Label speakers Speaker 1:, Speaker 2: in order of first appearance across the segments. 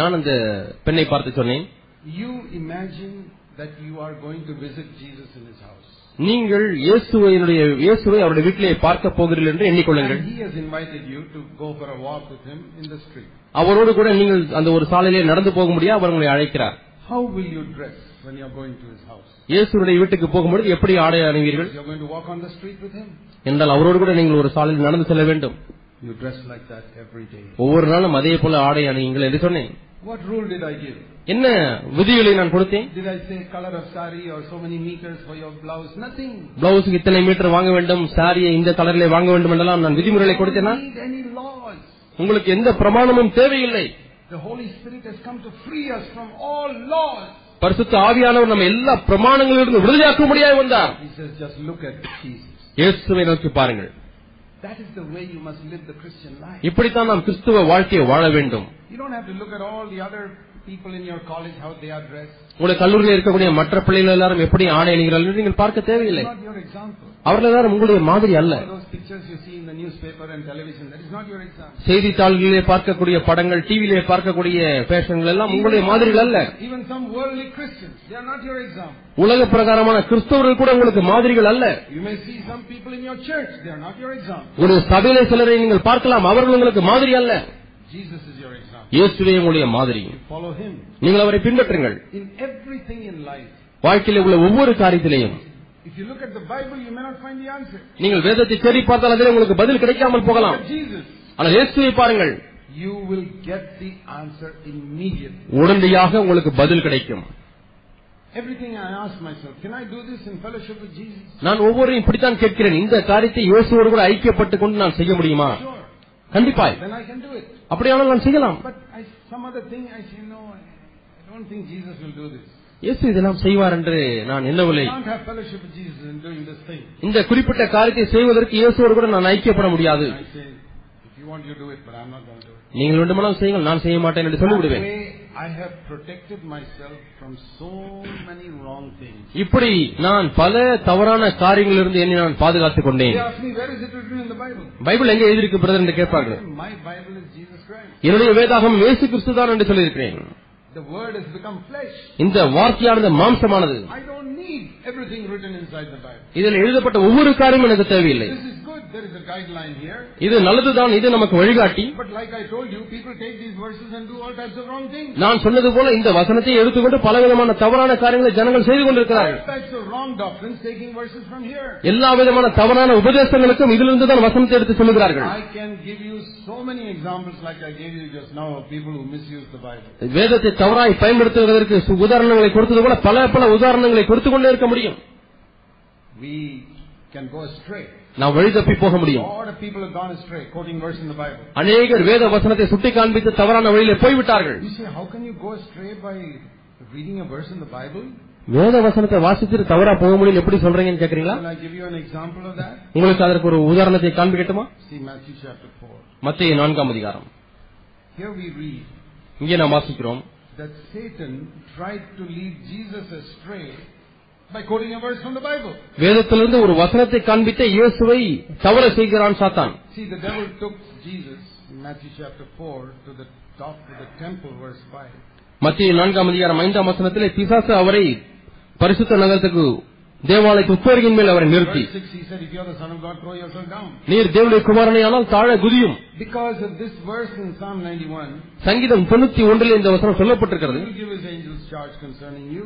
Speaker 1: நான் அந்த பெண்ணை பார்த்து சொன்னேன்
Speaker 2: You imagine that you are going to visit Jesus in his house.
Speaker 1: நீங்கள் இயேசுவையினுடைய இயேசுவை அவருடைய வீட்டிலே பார்க்க போகிறீர்கள் என்று எண்ணிக்கொள்ளுங்கள்
Speaker 2: And he has invited you to go for a walk with him in the street.
Speaker 1: அவரோடு கூட நீங்கள் அந்த ஒரு சாலையிலே நடந்து போக முடியாது அவர் உங்களை அழைக்கிறார்
Speaker 2: How will you dress when you are going to his house?
Speaker 1: இயேசுடைய வீட்டுக்கு போகும்பொழுது எப்படி ஆடை அணிவீர்கள்
Speaker 2: You are going to walk on the street with him?
Speaker 1: என்றால் அவரோடு கூட நீங்கள் ஒரு சாலையில் நடந்து செல்ல வேண்டும்
Speaker 2: You dress like that every day.
Speaker 1: ஒவ்வொரு நாளும் அதே போல ஆடை அணியுங்கள் என்று சொன்னேன்
Speaker 2: What rule did I give?
Speaker 1: என்ன விதிகளை நான் கொடுத்தேன்
Speaker 2: Did I say color of sari or so many meters for your blouse? Nothing.
Speaker 1: பிளவுஸுக்கு இத்தனை மீட்டர் வாங்க வேண்டும் சாரியை இந்த கலரிலே வாங்க வேண்டும் என்றெல்லாம் நான் விதிமுறைகளை
Speaker 2: You
Speaker 1: கொடுத்தேனா
Speaker 2: don't need any laws.
Speaker 1: உங்களுக்கு எந்த பிரமாணமும் தேவையில்லை
Speaker 2: The Holy Spirit has come to free us from all laws.
Speaker 1: பரிசுத்த ஆவியானவர் நம்ம எல்லா பிரமாணங்களிலிருந்து விடுதலையாக்க முடியாது வந்தார்
Speaker 2: He says, just look at Jesus.
Speaker 1: இயேசுவை நோக்கி பாருங்கள்
Speaker 2: That is the way you must live the Christian life.
Speaker 1: இப்படித்தான் நாம் கிறிஸ்துவ வாழ்க்கையை வாழ வேண்டும்
Speaker 2: You don't have to look at all the other people in your college, how they are dressed.
Speaker 1: உங்களுடைய கல்லூரியில் இருக்கக்கூடிய மற்ற பிள்ளைகள் எல்லாரும் எப்படி ஆணை அணிகிறார்கள் என்று நீங்கள் பார்க்க தேவையில்லை
Speaker 2: It's not your example.
Speaker 1: அவர்கள் எல்லாரும் உங்களுடைய மாதிரி அல்ல
Speaker 2: All those pictures you see in the newspaper and television, that is not your example.
Speaker 1: செய்தித்தாள்களிலே பார்க்கக்கூடிய படங்கள் டிவியிலே பார்க்கக்கூடிய ஃபேஷன்கள் எல்லாம் உங்களுடைய மாதிரிகள் அல்ல
Speaker 2: Even some worldly Christians, they are not your example.
Speaker 1: உலக பிரகாரமான கிறிஸ்தவர்கள் கூட உங்களுக்கு மாதிரிகள் அல்ல
Speaker 2: You may see some people in your church, they are not your example.
Speaker 1: ஒரு சபையிலே சிலரை நீங்கள் பார்க்கலாம் அவர்கள் உங்களுக்கு மாதிரி அல்ல
Speaker 2: Jesus is your example.
Speaker 1: இயேசுவே உங்களுடைய மாதிரி
Speaker 2: Follow him.
Speaker 1: நீங்கள் அவரை பின்பற்றுங்கள்
Speaker 2: In everything in life,
Speaker 1: வாழ்க்கையில உள்ள ஒவ்வொரு காரியத்திலையும்
Speaker 2: if you look at the Bible, you may not find the answer.
Speaker 1: நீங்கள் வேதத்தை தேடி பார்த்தால் அதிலே உங்களுக்கு பதில் கிடைக்காமல் போகலாம்
Speaker 2: But Jesus,
Speaker 1: ஆனால் இயேசுவை பாருங்கள்
Speaker 2: you will get the answer immediately.
Speaker 1: உடனடியாக உங்களுக்கு பதில் கிடைக்கும்
Speaker 2: Everything I ask myself, can I do this in fellowship with Jesus?
Speaker 1: நான் ஒவ்வொருவரையும் இப்படித்தான் கேட்கிறேன் இந்த காரியத்தை இயேசுவோடு கூட ஐக்கியப்பட்டுக் கொண்டு நான் செய்ய முடியுமா
Speaker 2: Sure.
Speaker 1: கண்டிப்பாய்
Speaker 2: Then I can do it.
Speaker 1: அப்படியானால் நான் செய்யலாம்
Speaker 2: But I, some other thing I say, no, I don't think Jesus will do this.
Speaker 1: இயேசு இதெல்லாம் செய்வார் என்று நான்
Speaker 2: You
Speaker 1: எண்ணவில்லை
Speaker 2: can't have fellowship with Jesus in doing this thing.
Speaker 1: இந்த குறிப்பிட்ட காரியத்தை செய்வதற்கு இயேசுவோடு கூட நான் ஐக்கியப்பட முடியாது
Speaker 2: I say, if you want, you do it, but I'm not going to do it.
Speaker 1: நீங்கள் வேண்டுமானால் செய்யுங்கள் நான் செய்ய மாட்டேன் என்று
Speaker 2: That
Speaker 1: சொல்லிவிடுவேன்
Speaker 2: way, I have protected myself from so many wrong things.
Speaker 1: இப்படி நான் பல தவறான காரியங்களிலிருந்து என்னை நான் பாதுகாத்துக்
Speaker 2: They
Speaker 1: கொண்டேன்
Speaker 2: ask me, where is it written in the Bible?
Speaker 1: Bible எங்கே எழுதியிருக்கு பிரதர் என்று
Speaker 2: I
Speaker 1: கேட்பார்கள்
Speaker 2: say, My Bible is Jesus Christ.
Speaker 1: என்னுடைய வேதாகம் இயேசு கிறிஸ்து தான் என்று சொல்லியிருக்கிறேன்
Speaker 2: The Word has become flesh.
Speaker 1: இந்த வார்த்தையானது மாம்சமானது
Speaker 2: I don't need everything written inside the Bible.
Speaker 1: இதில் எழுதப்பட்ட ஒவ்வொரு காரியமும் எனக்கு தேவையில்லை
Speaker 2: This is good. There is a guideline here.
Speaker 1: இது நல்லதுதான் இது நமக்கு வழிகாட்டி
Speaker 2: But like I told you, people take these verses and do all types of wrong things.
Speaker 1: நான் சொன்னது போல இந்த வசனத்தை எடுத்துக்கொண்டு பலவிதமான தவறான காரியங்களை ஜனங்கள் செய்து கொண்டிருக்கிறார்கள்
Speaker 2: All types of wrong doctrines taking verses from here.
Speaker 1: எல்லா விதமான தவறான உபதேசங்களுக்கும் இதிலிருந்து தான் வசனத்தை எடுத்து சொல்லுகிறார்கள்
Speaker 2: I can give you so many examples like I gave you just now of people who misuse the Bible.
Speaker 1: வேதத்தை தவறாய் பயன்படுத்துவதற்கு சு- உதாரணங்களை கொடுத்தது போல பல பல உதாரணங்களை கொடுத்துக் கொண்டே இருக்க முடியும்
Speaker 2: We can go astray.
Speaker 1: நாம் வழி தப்பி போக
Speaker 2: A
Speaker 1: முடியும்
Speaker 2: lot of people have gone astray quoting verse in the Bible.
Speaker 1: அநேகர் வேத வசனத்தை சுட்டி காண்பித்து தவறான வழியிலே போய்விட்டார்கள்
Speaker 2: You say, how can you go astray by reading a verse in the Bible?
Speaker 1: வேத வசனத்தை வாசித்து தவறா போக முடியும் எப்படி சொல்றீங்கன்னு கேக்குறீங்களா
Speaker 2: Can I give you an example of that?
Speaker 1: உங்களுக்கு அதற்கு ஒரு உதாரணத்தை காண்பிக்கட்டுமா
Speaker 2: See Matthew chapter 4.
Speaker 1: மத்திய நான்காம் அதிகாரம்
Speaker 2: Here we read
Speaker 1: இங்கே நாம் வாசிக்கிறோம்
Speaker 2: that Satan tried to lead Jesus astray by quoting a verse from the Bible.
Speaker 1: வேதத்திலிருந்து ஒரு வசனத்தை காண்பித்த இயேசுவை தவற செய்கிறான் சாத்தான்
Speaker 2: See, the devil took Jesus in Matthew chapter 4 to the top of the temple, verse 5.
Speaker 1: மத்திய நான்காம் அதிகாரம் ஐந்தாம் வசனத்திலே பிசாசு அவரை பரிசுத்த நகரத்துக்கு தேவாலயத்து உட்பருகின் மேல் அவரை நிறுத்தி
Speaker 2: Verse 6, he said, If you are the Son of God, throw yourself down.
Speaker 1: நீர் தேவனுடைய குமாரனையானால் தாழ குதியும்
Speaker 2: Because of this verse in Psalm 91,
Speaker 1: சங்கீதம் தொண்ணூத்தி ஒன்றில் இந்த வசனம்
Speaker 2: he
Speaker 1: சொல்லப்பட்டிருக்கிறது
Speaker 2: will give his angels charge concerning you.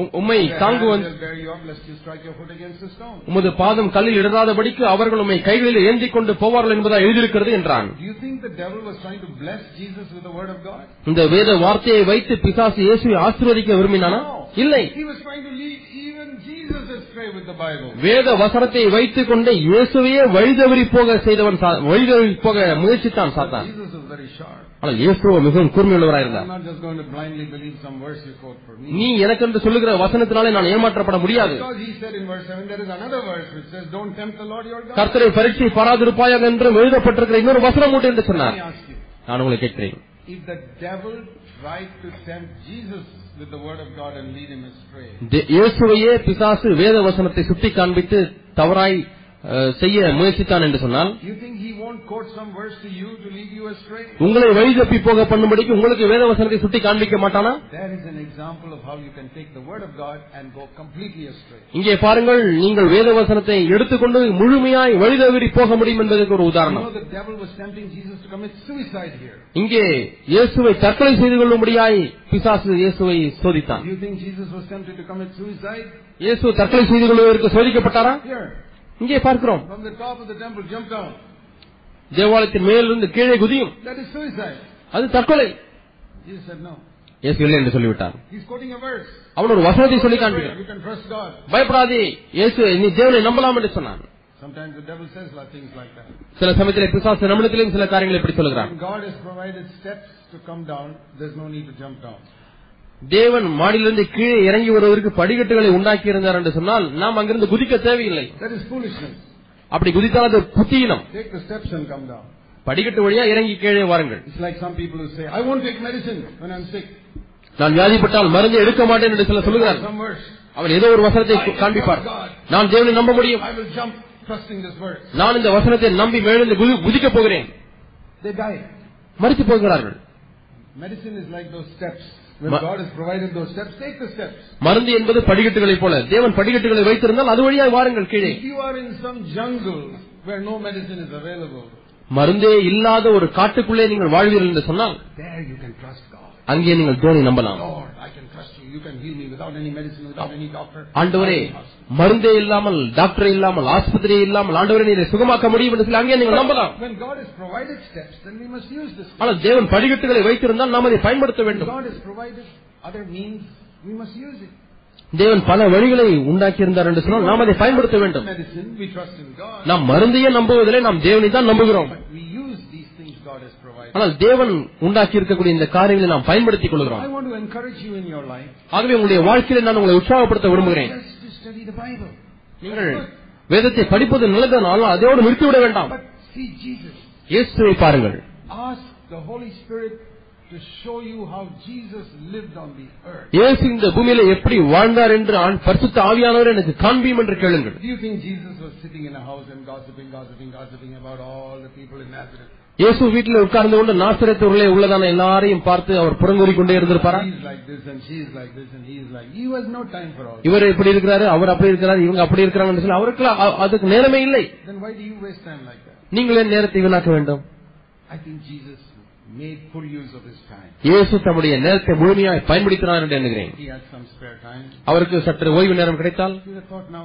Speaker 1: உம்- உம்மை
Speaker 2: Their hands
Speaker 1: தாங்குவன்
Speaker 2: will bear you up, lest you strike your foot against a stone.
Speaker 1: உமது பாதம் கல்லில் இடராதபடிக்கு அவர்கள் உம்மை கைகளில் ஏந்தி கொண்டு போவார்கள் என்பதா எழுதியிருக்கிறது என்றான்
Speaker 2: Do you think the devil was trying to bless Jesus with the word of God?
Speaker 1: இந்த வேத வார்த்தையை வைத்து பிசாசு இயேசுவை ஆசீர்வதிக்க விரும்பினானா இல்லை
Speaker 2: He was trying to lead even Jesus astray with the Bible.
Speaker 1: வேத வசனத்தை வைத்துக் கொண்டு இயேசுவையே வழிதவறி போக செய்தவன் சா- வழிதவறி போக முயற்சித்தான் சாத்தான்
Speaker 2: Jesus was very sharp.
Speaker 1: ஆனால் இயேசுவோ மிகவும் கூர்மையுள்ளவராயிருந்தார்
Speaker 2: I'm not just going to blindly believe some verse you quote for me.
Speaker 1: நீ எனக்கென்று சொல்லுகிற வசனத்தினாலே நான் ஏமாற்றப்பட முடியாது
Speaker 2: Because he said in verse 7, there is another verse which says, Don't tempt the Lord your God.
Speaker 1: கர்த்தரை பரீட்சை பாராதிருப்பாயாக என்று எழுதப்பட்டிருக்கிற இன்னொரு வசனம் உண்டு என்று
Speaker 2: Let
Speaker 1: சொன்னார்
Speaker 2: me ask you,
Speaker 1: நான் உங்களை கேட்கிறேன்
Speaker 2: if the devil tried to tempt Jesus with the word of God and lead him astray,
Speaker 1: தே- இயேசுவையே பிசாசு வேத வசனத்தை சுட்டி காண்பித்து தவறாய் அஹ், செய்ய முயற்சித்தான் என்று சொன்னால்
Speaker 2: you think he won't won't quote some verse to you to lead you astray.
Speaker 1: உங்களை வழி தப்பி போக பண்ணும்படிக்கு உங்களுக்கு வேதவசனத்தை சுட்டி காண்பிக்க மாட்டானா
Speaker 2: There is an example of how you can take the word of God and go completely astray.
Speaker 1: இங்கே பாருங்கள் நீங்கள் வேதவசனத்தை எடுத்துக்கொண்டு முழுமையாய் வழி தவறி போக முடியும் என்பதற்கு ஒரு
Speaker 2: You
Speaker 1: உதாரணம்
Speaker 2: know the devil was tempting Jesus to commit suicide here.
Speaker 1: இங்கே இயேசுவை தற்கொலை செய்து கொள்ளும்படியாய் பிசாசு இயேசுவை சோதித்தான்
Speaker 2: Do you think Jesus was tempted to commit suicide?
Speaker 1: இயேசு தற்கொலை செய்து கொள்வதற்கு சோதிக்கப்பட்டாரா
Speaker 2: Here,
Speaker 1: இங்கே பார்க்கிறோம்
Speaker 2: from the top of the temple, jump down.
Speaker 1: தேவாலயத்தின் மேலிருந்து கீழே குதியும்
Speaker 2: That is suicide.
Speaker 1: அது தற்கொலை
Speaker 2: Jesus said no.
Speaker 1: இயேசு இல்லை என்று சொல்லிவிட்டார்
Speaker 2: He's quoting a verse.
Speaker 1: அவன் ஒரு வசனத்தை சொல்லி காண்பிக்கிறான்
Speaker 2: You can trust God.
Speaker 1: பயப்படாதே இயேசு நீ தேவனை நம்பலாம் என்று சொன்னான்
Speaker 2: Sometimes the devil says like things like that.
Speaker 1: சில சமயத்திலே பிசாசு நம்மிடத்திலும் சில காரியங்களை இப்படி சொல்லுகிறான்
Speaker 2: When God has provided steps to come down, there's no need to jump down.
Speaker 1: தேவன் மாடியிலிருந்து கீழே இறங்கி வருவதற்கு படிக்கட்டுகளை உண்டாக்கி இருந்தார் என்று சொன்னால் நாம் அங்கிருந்து குதிக்க தேவையில்லை
Speaker 2: That is foolishness.
Speaker 1: அப்படி குதித்தால் அது புத்தியினம்
Speaker 2: Take the steps and come down.
Speaker 1: படிக்கட்டு வழியா இறங்கி கீழே வாருங்கள்
Speaker 2: It's like some people who say, I won't take medicine when I'm sick.
Speaker 1: நான் வியாதிப்பட்டால் மருந்து எடுக்க மாட்டேன் என்று சில சொல்லுகிறார்
Speaker 2: Some verse.
Speaker 1: அவன் ஏதோ ஒரு வசனத்தை காண்பிப்பார் நான் தேவனை நம்ப முடியும்
Speaker 2: I will jump trusting this verse.
Speaker 1: நான் இந்த வசனத்தை நம்பி மேலிருந்து குதி- குதிக்கப் போகிறேன்
Speaker 2: They die.
Speaker 1: மறித்து போகிறார்கள்
Speaker 2: Medicine is like those steps. When
Speaker 1: Ma-
Speaker 2: God has provided those steps, take the steps.
Speaker 1: மருந்து என்பது படிக்கட்டுகளைப் போல தேவன் படிக்கட்டுகளை வைத்திருந்தால் அது வழியாக வாருங்கள் கீழே
Speaker 2: If you are in some jungle where no medicine is available,
Speaker 1: மருந்தே இல்லாத ஒரு காட்டுக்குள்ளே நீங்கள் வாழ்வீர்கள் என்று சொன்னால்
Speaker 2: there you can trust God.
Speaker 1: அங்கே நீங்கள் தேவனை நம்பலாம்
Speaker 2: Lord, I can trust you. You can heal me without any medicine, without any doctor.
Speaker 1: ஆண்டவரே
Speaker 2: I trust you.
Speaker 1: மருந்தே இல்லாமல் டாக்டரே இல்லாமல் ஆஸ்பத்திரி இல்லாமல் ஆண்டவரே நீரை சுகமாக்க முடியும் என்று சொல்லி அங்கே நீங்கள் நம்பலாம்
Speaker 2: When God has provided steps, then we must use the steps.
Speaker 1: ஆனால் தேவன் படிக்கட்டுகளை வைத்திருந்தால் நாம் அதை பயன்படுத்த
Speaker 2: When
Speaker 1: வேண்டும்
Speaker 2: God has provided other means, we must use it.
Speaker 1: தேவன் பல வழிகளை உண்டாக்கியிருந்தார் என்று சொன்னால் நாம் அதை பயன்படுத்த வேண்டும்
Speaker 2: Medicine, we trust in God.
Speaker 1: நாம் மருந்தையே நம்புவதில்லை நாம் தேவனை தான் நம்புகிறோம்
Speaker 2: But we use these things God has provided.
Speaker 1: ஆனால் தேவன் உண்டாக்கி இருக்கக்கூடிய இந்த காரியங்களை நாம் பயன்படுத்திக் கொள்கிறோம்
Speaker 2: I want to encourage you in your life
Speaker 1: ஆகவே உங்களுடைய வாழ்க்கையில நான் உங்களை உற்சாகப்படுத்த விரும்புகிறேன்
Speaker 2: just to study the Bible.
Speaker 1: நீங்கள் வேதத்தை படிப்பது நல்லதானாலும் அதோடு நிறுத்திவிட வேண்டாம்
Speaker 2: But see Jesus.
Speaker 1: இயேசுவை பாருங்கள்
Speaker 2: Ask the Holy Spirit to show you how Jesus lived on the earth.
Speaker 1: இயேசு இந்த பூமியில எப்படி வாழ்ந்தார் என்று ஆண்- பரிசுத்த ஆவியானவர் எனக்கு காண்பியும் என்று கேளுங்கள்
Speaker 2: Do you think Jesus was sitting in a house and gossiping, gossiping, gossiping about all the people in Nazareth?
Speaker 1: இயேசு வீட்டில் உட்கார்ந்து கொண்டு நாசரத்தூரிலே உள்ளதான எல்லாரையும் பார்த்து அவர் புறங்கூறிக் கொண்டே இருந்திருப்பாரா
Speaker 2: He's like this and she's like this and he's like. He has no time for all. that.
Speaker 1: இவர் இப்படி இருக்கிறாரு அவர் அப்படி இருக்கிறாரு இவங்க அப்படி இருக்கிறாங்கன்னு சொல்லி அவருக்கு அதுக்கு நேரமே இல்லை
Speaker 2: Then why do you waste time like that?
Speaker 1: நீங்கள் ஏன் நேரத்தை வீணாக்க வேண்டும்
Speaker 2: I think Jesus made full use of his time.
Speaker 1: இயேசு தம்முடைய நேரத்தை முழுமையாக பயன்படுத்தினார் என்று எண்ணுகிறேன்
Speaker 2: He had some spare time.
Speaker 1: அவருக்கு சற்று ஓய்வு நேரம் கிடைத்தால்
Speaker 2: He would have thought now,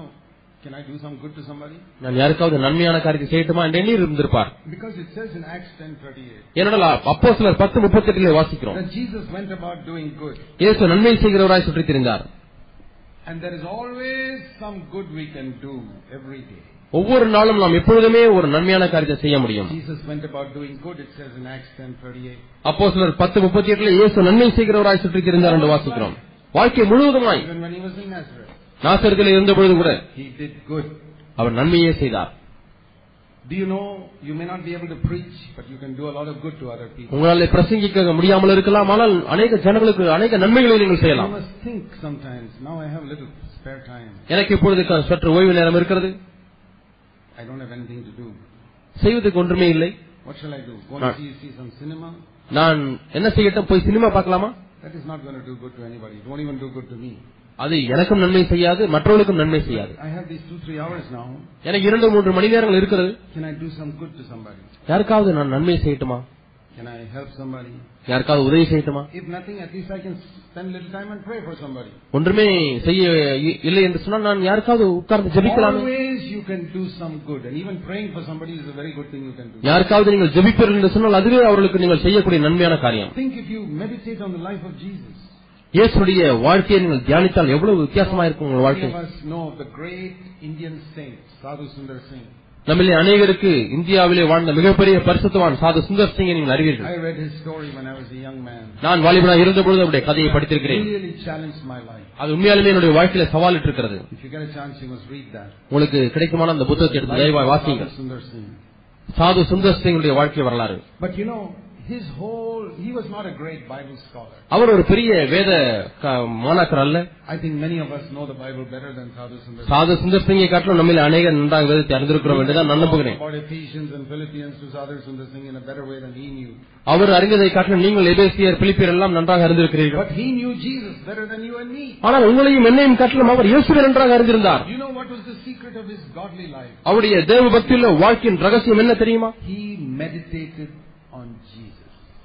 Speaker 2: can I do some good to somebody?
Speaker 1: நான் யாருக்காவது நன்மையான காரியத்தை செய்யட்டுமா என்று எண்ணி இருந்திருப்பார்
Speaker 2: Because it says in Acts 10:38
Speaker 1: ஏனென்றால் அப்போ சிலர் பத்து முப்பத்தெட்டிலே வாசிக்கிறோம்
Speaker 2: that Jesus went about doing good.
Speaker 1: இயேசு நன்மை செய்கிறவராய் சுற்றித் திரிந்தார்
Speaker 2: And there is always some good we can do every day.
Speaker 1: ஒவ்வொரு நாளும் நாம் எப்பொழுதுமே ஒரு நன்மையான காரியத்தை செய்ய முடியும்
Speaker 2: Jesus went about doing good, it says in Acts 10:38.
Speaker 1: அப்போ சிலர் பத்து முப்பத்தி எட்டுல இயேசு நன்மை செய்கிறவராய் சுற்றித் திரிந்தார் என்று வாசிக்கிறோம் வாழ்க்கை முழுவதுமாய்
Speaker 2: Even when he was in Nazareth,
Speaker 1: நாசரத்தில் இருந்த பொழுது கூட
Speaker 2: he did good.
Speaker 1: அவர் நன்மையே செய்தார்
Speaker 2: Do you know you may not be able to preach, but you can do a lot of good to other people.
Speaker 1: உங்களால் பிரசங்கிக்க முடியாமல் இருக்கலாம் ஆனால் அநேக ஜனங்களுக்கு அநேக நன்மைகளை நீங்கள்
Speaker 2: You
Speaker 1: செய்யலாம்
Speaker 2: must think sometimes. Now I have little spare time.
Speaker 1: எனக்கு இப்பொழுது க- சற்று ஓய்வு நேரம் இருக்கிறது
Speaker 2: I don't have anything to do.
Speaker 1: செய்வதற்கு ஒன்றுமே இல்லை
Speaker 2: What shall I do? Go
Speaker 1: Right.
Speaker 2: and see, see some cinema?
Speaker 1: நான் என்ன செய்யட்டும் போய் சினிமா பார்க்கலாமா
Speaker 2: That is not going to do good to anybody. It won't even do good to me.
Speaker 1: அது எனக்கும் நன்மை செய்யாது மற்றவர்களுக்கும் நன்மை செய்யாது
Speaker 2: I have these two, three hours now.
Speaker 1: எனக்கு இரண்டு மூன்று மணி நேரங்கள் இருக்கிறது
Speaker 2: Can I do some good to somebody?
Speaker 1: யாருக்காவது நான் நன்மை செய்யட்டுமா
Speaker 2: Can I help somebody?
Speaker 1: யாருக்காவது உதவி செய்யட்டுமா
Speaker 2: If nothing, at least I can spend little time and pray for somebody.
Speaker 1: ஒன்றுமே செய்ய இ- இல்லை என்று சொன்னால் நான் யாருக்காவது உட்கார்ந்து ஜெபிக்கலாமே
Speaker 2: Always you can do some good, and even praying for somebody is a very good thing you can do.
Speaker 1: யாருக்காவது நீங்கள் ஜெபிப்பீர்கள் என்று சொன்னால் அதுவே அவர்களுக்கு நீங்கள் செய்யக்கூடிய நன்மையான காரியம்
Speaker 2: Think if you meditate on the life of Jesus.
Speaker 1: இயேசுடைய வாழ்க்கையை நீங்கள் தியானித்தால் எவ்வளவு வித்தியாசமா இருக்கும் உங்கள்
Speaker 2: Many
Speaker 1: வாழ்க்கை
Speaker 2: of us know of the great Indian saint, Sadhu Sundar Singh.
Speaker 1: நம்மிலே அநேகருக்கு இந்தியாவிலே வாழ்ந்த மிகப்பெரிய பரிசுத்தவான் சாது சுந்தர் சிங்கை நீங்கள் அறிவீர்கள்
Speaker 2: I read his story when I was a young man.
Speaker 1: நான் வாலிபனாக இருந்தபொழுது அவருடைய கதையை
Speaker 2: It
Speaker 1: படித்திருக்கிறேன்
Speaker 2: really challenged my life.
Speaker 1: அது உண்மையாலுமே என்னுடைய வாழ்க்கையில சவாலிட்டு இருக்கிறது
Speaker 2: If you get a chance, you must read that.
Speaker 1: உங்களுக்கு கிடைக்குமான அந்த புத்தகத்தை எடுத்து
Speaker 2: Life
Speaker 1: தயவாய்
Speaker 2: of
Speaker 1: வாசியுங்கள்
Speaker 2: Sadhu Sundar Singh.
Speaker 1: சாது சுந்தர் சிங்குடைய வாழ்க்கை வரலாறு
Speaker 2: But you know, His whole, he was not a great Bible scholar.
Speaker 1: அவர் ஒரு பெரிய வேத க- மாணாக்கர் அல்ல
Speaker 2: I think many of us know the Bible better than Sadhu Sundar.
Speaker 1: சாது சுந்தர் சிங்கை காட்டிலும் நம்மள அநேக நன்றாக வேதத்தை அறிந்திருக்கிறோம்
Speaker 2: We
Speaker 1: என்று தான் நான் நம்புகிறேன்
Speaker 2: About Ephesians and Philippians to Sadhu Sundar Singh in a better way than he knew.
Speaker 1: அவர் அறிந்ததை காட்டிலும் நீங்கள் எபேசியர் பிலிப்பியர் எல்லாம் நன்றாக அறிந்திருக்கிறீர்கள்
Speaker 2: But he knew Jesus better than you and me.
Speaker 1: ஆனால் உங்களையும் என்னையும் காட்டிலும் அவர் இயேசுவை நன்றாக அறிந்திருந்தார்
Speaker 2: You know what was the secret of his godly life?
Speaker 1: அவருடைய தேவ பக்தியுள்ள வாழ்க்கையின் ரகசியம் என்ன தெரியுமா
Speaker 2: He meditated on Jesus,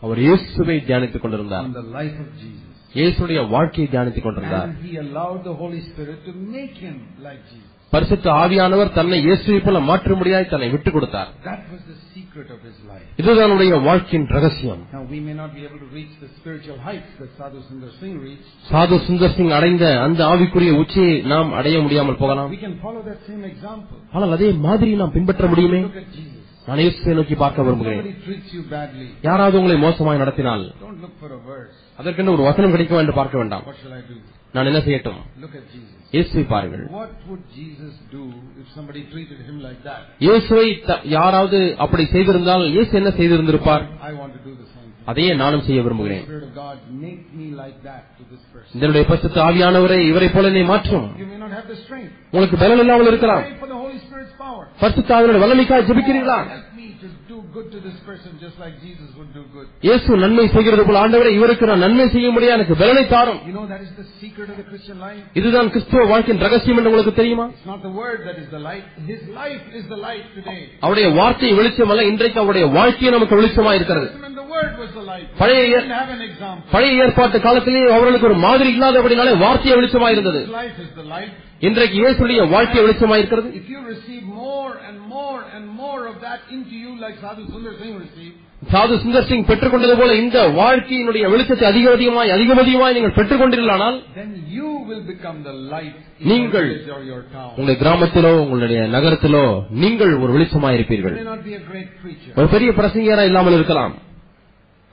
Speaker 1: அவர் இயேசுவை தியானித்துக் கொண்டிருந்தார்
Speaker 2: on the life of Jesus.
Speaker 1: இயேசுடைய வாழ்க்கையை தியானித்துக் கொண்டிருந்தார்
Speaker 2: And he allowed the Holy Spirit to make him like Jesus.
Speaker 1: பரிசுத்த ஆவியானவர் தன்னை இயேசுவை போல மாற்றும்படியாய் தன்னை விட்டுக் கொடுத்தார்
Speaker 2: That was the secret of his life.
Speaker 1: இதுதான் அவருடைய வாழ்க்கையின் ரகசியம்
Speaker 2: Now, we may not be able to reach the spiritual heights that Sadhu Sundar Singh reached.
Speaker 1: சாது சுந்தர் சிங் அடைந்த அந்த ஆவிக்குரிய உச்சியை நாம் அடைய முடியாமல் போகலாம்
Speaker 2: We can follow that same example.
Speaker 1: ஆனால் அதே மாதிரி நாம் பின்பற்ற முடியுமே
Speaker 2: Look at Jesus.
Speaker 1: நான் இயேசுவை நோக்கி பார்க்க விரும்புகிறேன்
Speaker 2: Somebody treats you badly.
Speaker 1: யாராவது உங்களை மோசமாய் நடத்தினால்
Speaker 2: Don't look for a verse.
Speaker 1: அதற்கென்று ஒரு வசனம் கிடைக்கும் என்று பார்க்க வேண்டாம்
Speaker 2: What shall I do?
Speaker 1: நான் என்ன செய்யட்டும்
Speaker 2: Look at Jesus.
Speaker 1: இயேசுவை பாருங்கள்
Speaker 2: What would Jesus do if somebody treated him like that?
Speaker 1: இயேசுவை த- யாராவது அப்படி செய்திருந்தால் இயேசு என்ன செய்திருந்திருப்பார்
Speaker 2: I want to do the same thing.
Speaker 1: அதையே நானும் செய்ய விரும்புகிறேன்
Speaker 2: Spirit of God, make me like that to this person.
Speaker 1: இதனுடைய பரிசுத்த ஆவியானவரை இவரை போல என்னை மாற்றும்
Speaker 2: You may not have the strength.
Speaker 1: உங்களுக்கு பலன் இல்லாமல் இருக்கலாம்
Speaker 2: Pray for the Holy Spirit's power.
Speaker 1: பரிசுத்த ஆவியானவர் வல்லமைக்காக ஜெபிக்கிறீர்களா
Speaker 2: Lord, Help me to do good to this person just like Jesus would do good.
Speaker 1: இயேசு நன்மை செய்கிறது போல ஆண்டவரை இவருக்கு நான் நன்மை செய்ய முடியாது எனக்கு பலனை தாரும்
Speaker 2: You know that is the secret of the Christian life.
Speaker 1: இதுதான் கிறிஸ்துவ வாழ்க்கையின் ரகசியம் என்று உங்களுக்கு தெரியுமா
Speaker 2: It's not the word that is the light. His life is the light today.
Speaker 1: அவருடைய வார்த்தை வெளிச்சம் அல்ல இன்றைக்கு அவருடைய வாழ்க்கையே நமக்கு வெளிச்சமா இருக்கிறது
Speaker 2: When the word was the light, we
Speaker 1: பழைய
Speaker 2: didn't
Speaker 1: A-
Speaker 2: have an example.
Speaker 1: பழைய ஏற்பாட்டு காலத்திலே அவர்களுக்கு ஒரு மாதிரி இல்லாதபடினாலே வார்த்தையே வெளிச்சமா இருந்தது
Speaker 2: His life is the light.
Speaker 1: இன்றைக்கு இயேசுடைய வாழ்க்கை வெளிச்சமா இருக்கிறது
Speaker 2: If you receive more and more and more of that into you, like Sadhu Sundar Singh received,
Speaker 1: சாது சுந்தர் சிங் பெற்றுக்கொண்டது போல இந்த வாழ்க்கையினுடைய வெளிச்சத்தை அதிக அதிகமாய் அதிக அதிகமாய் நீங்கள் பெற்றுக்கொண்டீர்களானால்
Speaker 2: then you will become the light in your
Speaker 1: நீங்கள்
Speaker 2: village or your town.
Speaker 1: உங்கள் கிராமத்திலோ உங்களுடைய நகரத்திலோ நீங்கள் ஒரு வெளிச்சமாய்
Speaker 2: You
Speaker 1: இருப்பீர்கள்
Speaker 2: may not be a great preacher.
Speaker 1: ஒரு பெரிய பிரசங்கியரா இல்லாமல் இருக்கலாம்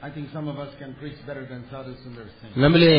Speaker 2: I think some of us can preach better than Sadhu Sundar Singh.
Speaker 1: நம்மளே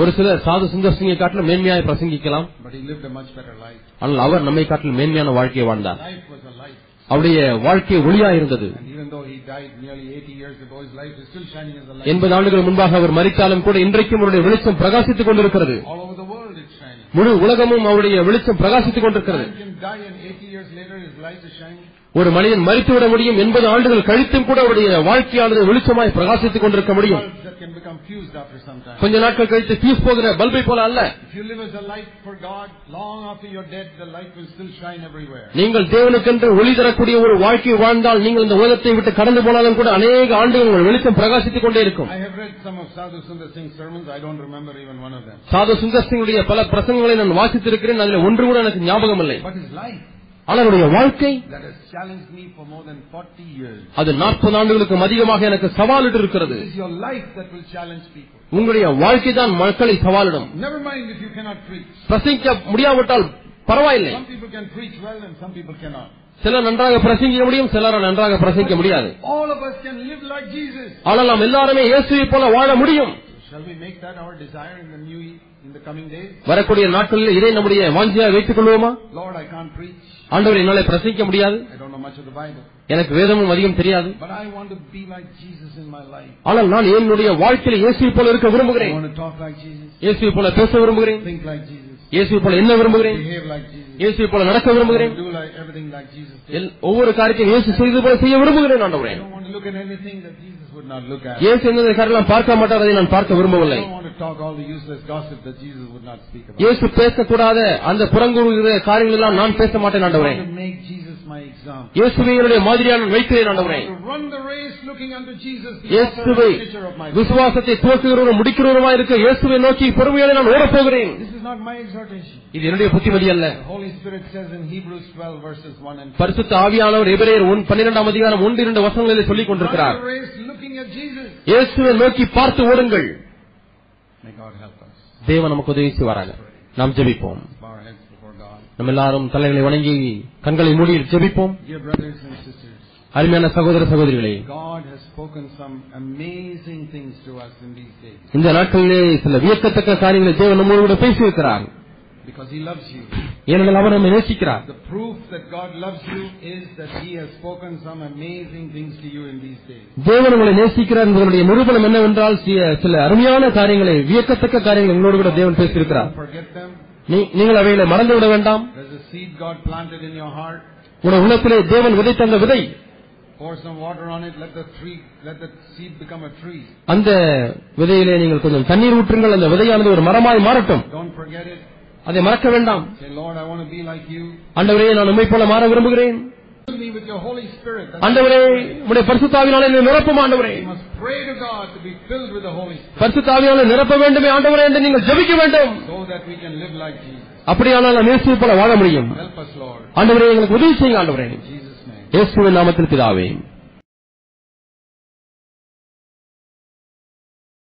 Speaker 1: ஒரு சிலர் சாது சுந்தர் சிங்கை காட்டிலும் மேன்மையாய் பிரசங்கிக்கலாம்
Speaker 2: But he lived a much better life.
Speaker 1: ஆனால் அவர் நம்மை காட்டிலும் மேன்மையான வாழ்க்கையை வாழ்ந்தார்
Speaker 2: Life was a light.
Speaker 1: அவருடைய வாழ்க்கை ஒளியா இருந்தது
Speaker 2: And even though he died nearly 80 years ago, his life is still shining as a light.
Speaker 1: எண்பது ஆண்டுகள் முன்பாக அவர் மறித்தாலும் கூட இன்றைக்கும் அவருடைய வெளிச்சம் பிரகாசித்துக் கொண்டிருக்கிறது
Speaker 2: All over the world it's shining.
Speaker 1: முழு உலகமும் அவருடைய வெளிச்சம் பிரகாசித்துக் கொண்டிருக்கிறது
Speaker 2: Man can die and 80 years later his light is shining.
Speaker 1: ஒரு மனிதன் மறித்துவிட முடியும் எண்பது ஆண்டுகள் கழித்தும் கூட அவருடைய வாழ்க்கையானது வெளிச்சமாய் பிரகாசித்துக் கொண்டிருக்க முடியும்
Speaker 2: Bulbs that can become fused after some time.
Speaker 1: கொஞ்ச நாட்கள் கழித்து ஃபியூஸ் போகிற பல்பை போல அல்ல
Speaker 2: If you live as a light for God, long after you're dead, the light will still shine everywhere.
Speaker 1: நீங்கள் தேவனுக்கென்று ஒளி தரக்கூடிய ஒரு வாழ்க்கை வாழ்ந்தால் நீங்கள் இந்த உலகத்தை விட்டு கடந்து போனாலும் கூட அநேக ஆண்டுகள் உங்கள் வெளிச்சம் பிரகாசித்துக் கொண்டே இருக்கும்
Speaker 2: I have read some of Sadhu Sundar Singh's sermons. I don't remember even one of them.
Speaker 1: சாது சுந்தர் சிங்குடைய பல பிரசங்களை நான் வாசித்திருக்கிறேன் அதில் ஒன்று கூட எனக்கு ஞாபகம் இல்லை
Speaker 2: But his life
Speaker 1: ஆனால் அவருடைய வாழ்க்கை
Speaker 2: that has challenged me for more than 40 years.
Speaker 1: அது நாற்பது ஆண்டுகளுக்கும் அதிகமாக எனக்கு சவாலிட்டு இருக்கிறது
Speaker 2: It is your life that will challenge people.
Speaker 1: உங்களுடைய வாழ்க்கை தான் மக்களை சவாலிடும்
Speaker 2: Never mind if you cannot preach.
Speaker 1: பிரசங்கிக்க முடியாவிட்டால் பரவாயில்லை
Speaker 2: Some people can preach well and some people cannot.
Speaker 1: சிலர் நன்றாக பிரசங்கிக்க முடியும் சிலர் நன்றாக பிரசங்கிக்க முடியாது
Speaker 2: All of us can live like Jesus.
Speaker 1: ஆனால் நாம் எல்லாருமே இயேசுவை போல வாழ முடியும்
Speaker 2: Shall we make that our desire in the new in the coming days?
Speaker 1: வரக்கூடிய நாட்களில் இதை நம்முடைய வாஞ்சியாக வைத்துக் கொள்வோமா
Speaker 2: Lord, I can't preach.
Speaker 1: ஆண்டவர் என்னாலே பிரசங்கிக்க முடியாது
Speaker 2: I don't know much of the Bible.
Speaker 1: எனக்கு வேதமும் அதிகம் தெரியாது
Speaker 2: But I want to be like Jesus in my life.
Speaker 1: ஆனால் நான் என்னுடைய வாழ்க்கையில் இயேசுவை போல இருக்க
Speaker 2: I
Speaker 1: விரும்புகிறேன்
Speaker 2: want to talk like Jesus,
Speaker 1: இயேசுவை போல பேச விரும்புகிறேன்
Speaker 2: think like Jesus,
Speaker 1: இயேசுவை போல என்ன விரும்புகிறேன்
Speaker 2: behave like Jesus,
Speaker 1: இயேசுவை போல நடக்க விரும்புகிறேன்
Speaker 2: do like everything like Jesus did.
Speaker 1: எல்- ஒவ்வொரு காரியத்தையும் இயேசு செய்தது போல செய்ய விரும்புகிறேன்
Speaker 2: I
Speaker 1: ஆண்டவரே
Speaker 2: don't want to look at anything that Jesus would not look at.
Speaker 1: இயேசு எந்த காரியெல்லாம் பார்க்க மாட்டார் அதை நான் பார்க்க
Speaker 2: I
Speaker 1: விரும்பவில்லை
Speaker 2: don't want to talk all the useless gossip that Jesus would not speak about.
Speaker 1: இயேசு பேசக்கூடாத அந்த புறங்குறுகிற காரியங்கள் எல்லாம் நான் பேச மாட்டேன்
Speaker 2: I
Speaker 1: ஆண்டவரே
Speaker 2: want to make Jesus my example.
Speaker 1: இயேசுவை என்னுடைய மாதிரியாக நான் வைக்கிறேன் ஆண்டவரே
Speaker 2: To run the race looking unto Jesus, the author
Speaker 1: இயேசுவை
Speaker 2: and finisher of my faith.
Speaker 1: விசுவாசத்தை துவக்குகிறவரும் முடிக்கிறவருமாய் இருக்க இயேசுவை நோக்கி பொறுமையோடு நான் ஓடப் போகிறேன்
Speaker 2: This is not my exhortation.
Speaker 1: இது என்னுடைய புத்திமதி அல்ல
Speaker 2: The Holy Spirit says in Hebrews 12 verses 1 and 2.
Speaker 1: பரிசுத்த ஆவியானவர் எபிரேயர் ஒன் பன்னிரெண்டாம் அதிகாரம் ஒன்று இரண்டு வசனங்களை சொல்லிக் கொண்டிருக்கிறார்
Speaker 2: Run the race looking at Jesus.
Speaker 1: இயேசுவை நோக்கி பார்த்து ஓடுங்கள்
Speaker 2: May God help us.
Speaker 1: தேவன் நமக்கு உதவி செய்வாராக நாம் ஜெபிப்போம்
Speaker 2: Bow our heads before God.
Speaker 1: நம்ம எல்லாரும் தலைகளை வணங்கி கண்களை மூடி ஜெபிப்போம்
Speaker 2: Dear brothers and sisters,
Speaker 1: அருமையான சகோதர சகோதரிகளே
Speaker 2: God has spoken some amazing things to us in these days
Speaker 1: இந்த நாட்களிலே சில வியக்கத்தக்க காரியங்களை தேவன் நம்மோடு கூட பேசியிருக்கிறார்
Speaker 2: because He loves you.
Speaker 1: ஏனெனில் அவர் நம்மை நேசிக்கிறார்
Speaker 2: The proof that God loves you is that He has spoken some amazing things to you in these days.
Speaker 1: தேவன் உங்களை நேசிக்கிறார் என்பதனுடைய நிரூபணம் என்னவென்றால் சி- சில அருமையான காரியங்களை வியக்கத்தக்க காரியங்களை உங்களோடு கூட தேவன் பேசியிருக்கிறார்
Speaker 2: Don't forget them.
Speaker 1: நீ- நீங்கள் அவைகளை மறந்து விட வேண்டாம்
Speaker 2: There's a seed God planted in your heart.
Speaker 1: உங்களுடைய உள்ளத்திலே தேவன் விதை தந்த விதை
Speaker 2: Pour some water on it. Let the tree, let the seed become a tree.
Speaker 1: அந்த விதையிலே நீங்கள் கொஞ்சம் தண்ணீர் ஊற்றுங்கள் அந்த விதையானது ஒரு மரமாய் மாறட்டும்
Speaker 2: Don't forget it.
Speaker 1: அதை மறக்க வேண்டாம்
Speaker 2: Say, Lord, I want to be like you.
Speaker 1: ஆண்டவரே நான் உண்மை போல மாற விரும்புகிறேன்
Speaker 2: Fill me with your Holy Spirit. That's
Speaker 1: ஆண்டவரே உடைய பரிசுத்தாவினாலே என்னை நிரப்பும் ஆண்டவரே
Speaker 2: you must pray to God to be filled with the Holy Spirit
Speaker 1: பரிசுத்தாவினாலே நிரப்ப வேண்டுமே ஆண்டவரே என்று நீங்கள் ஜெபிக்க வேண்டும்
Speaker 2: so that we can live like Jesus.
Speaker 1: அப்படியானால் நாம் இயேசுவை போல வாழ முடியும்
Speaker 2: Help us, Lord.
Speaker 1: ஆண்டவரே எங்களுக்கு உதவி செய்யுங்க ஆண்டவரே
Speaker 2: In Jesus' name.
Speaker 1: இயேசுவின் நாமத்தில் பிதாவே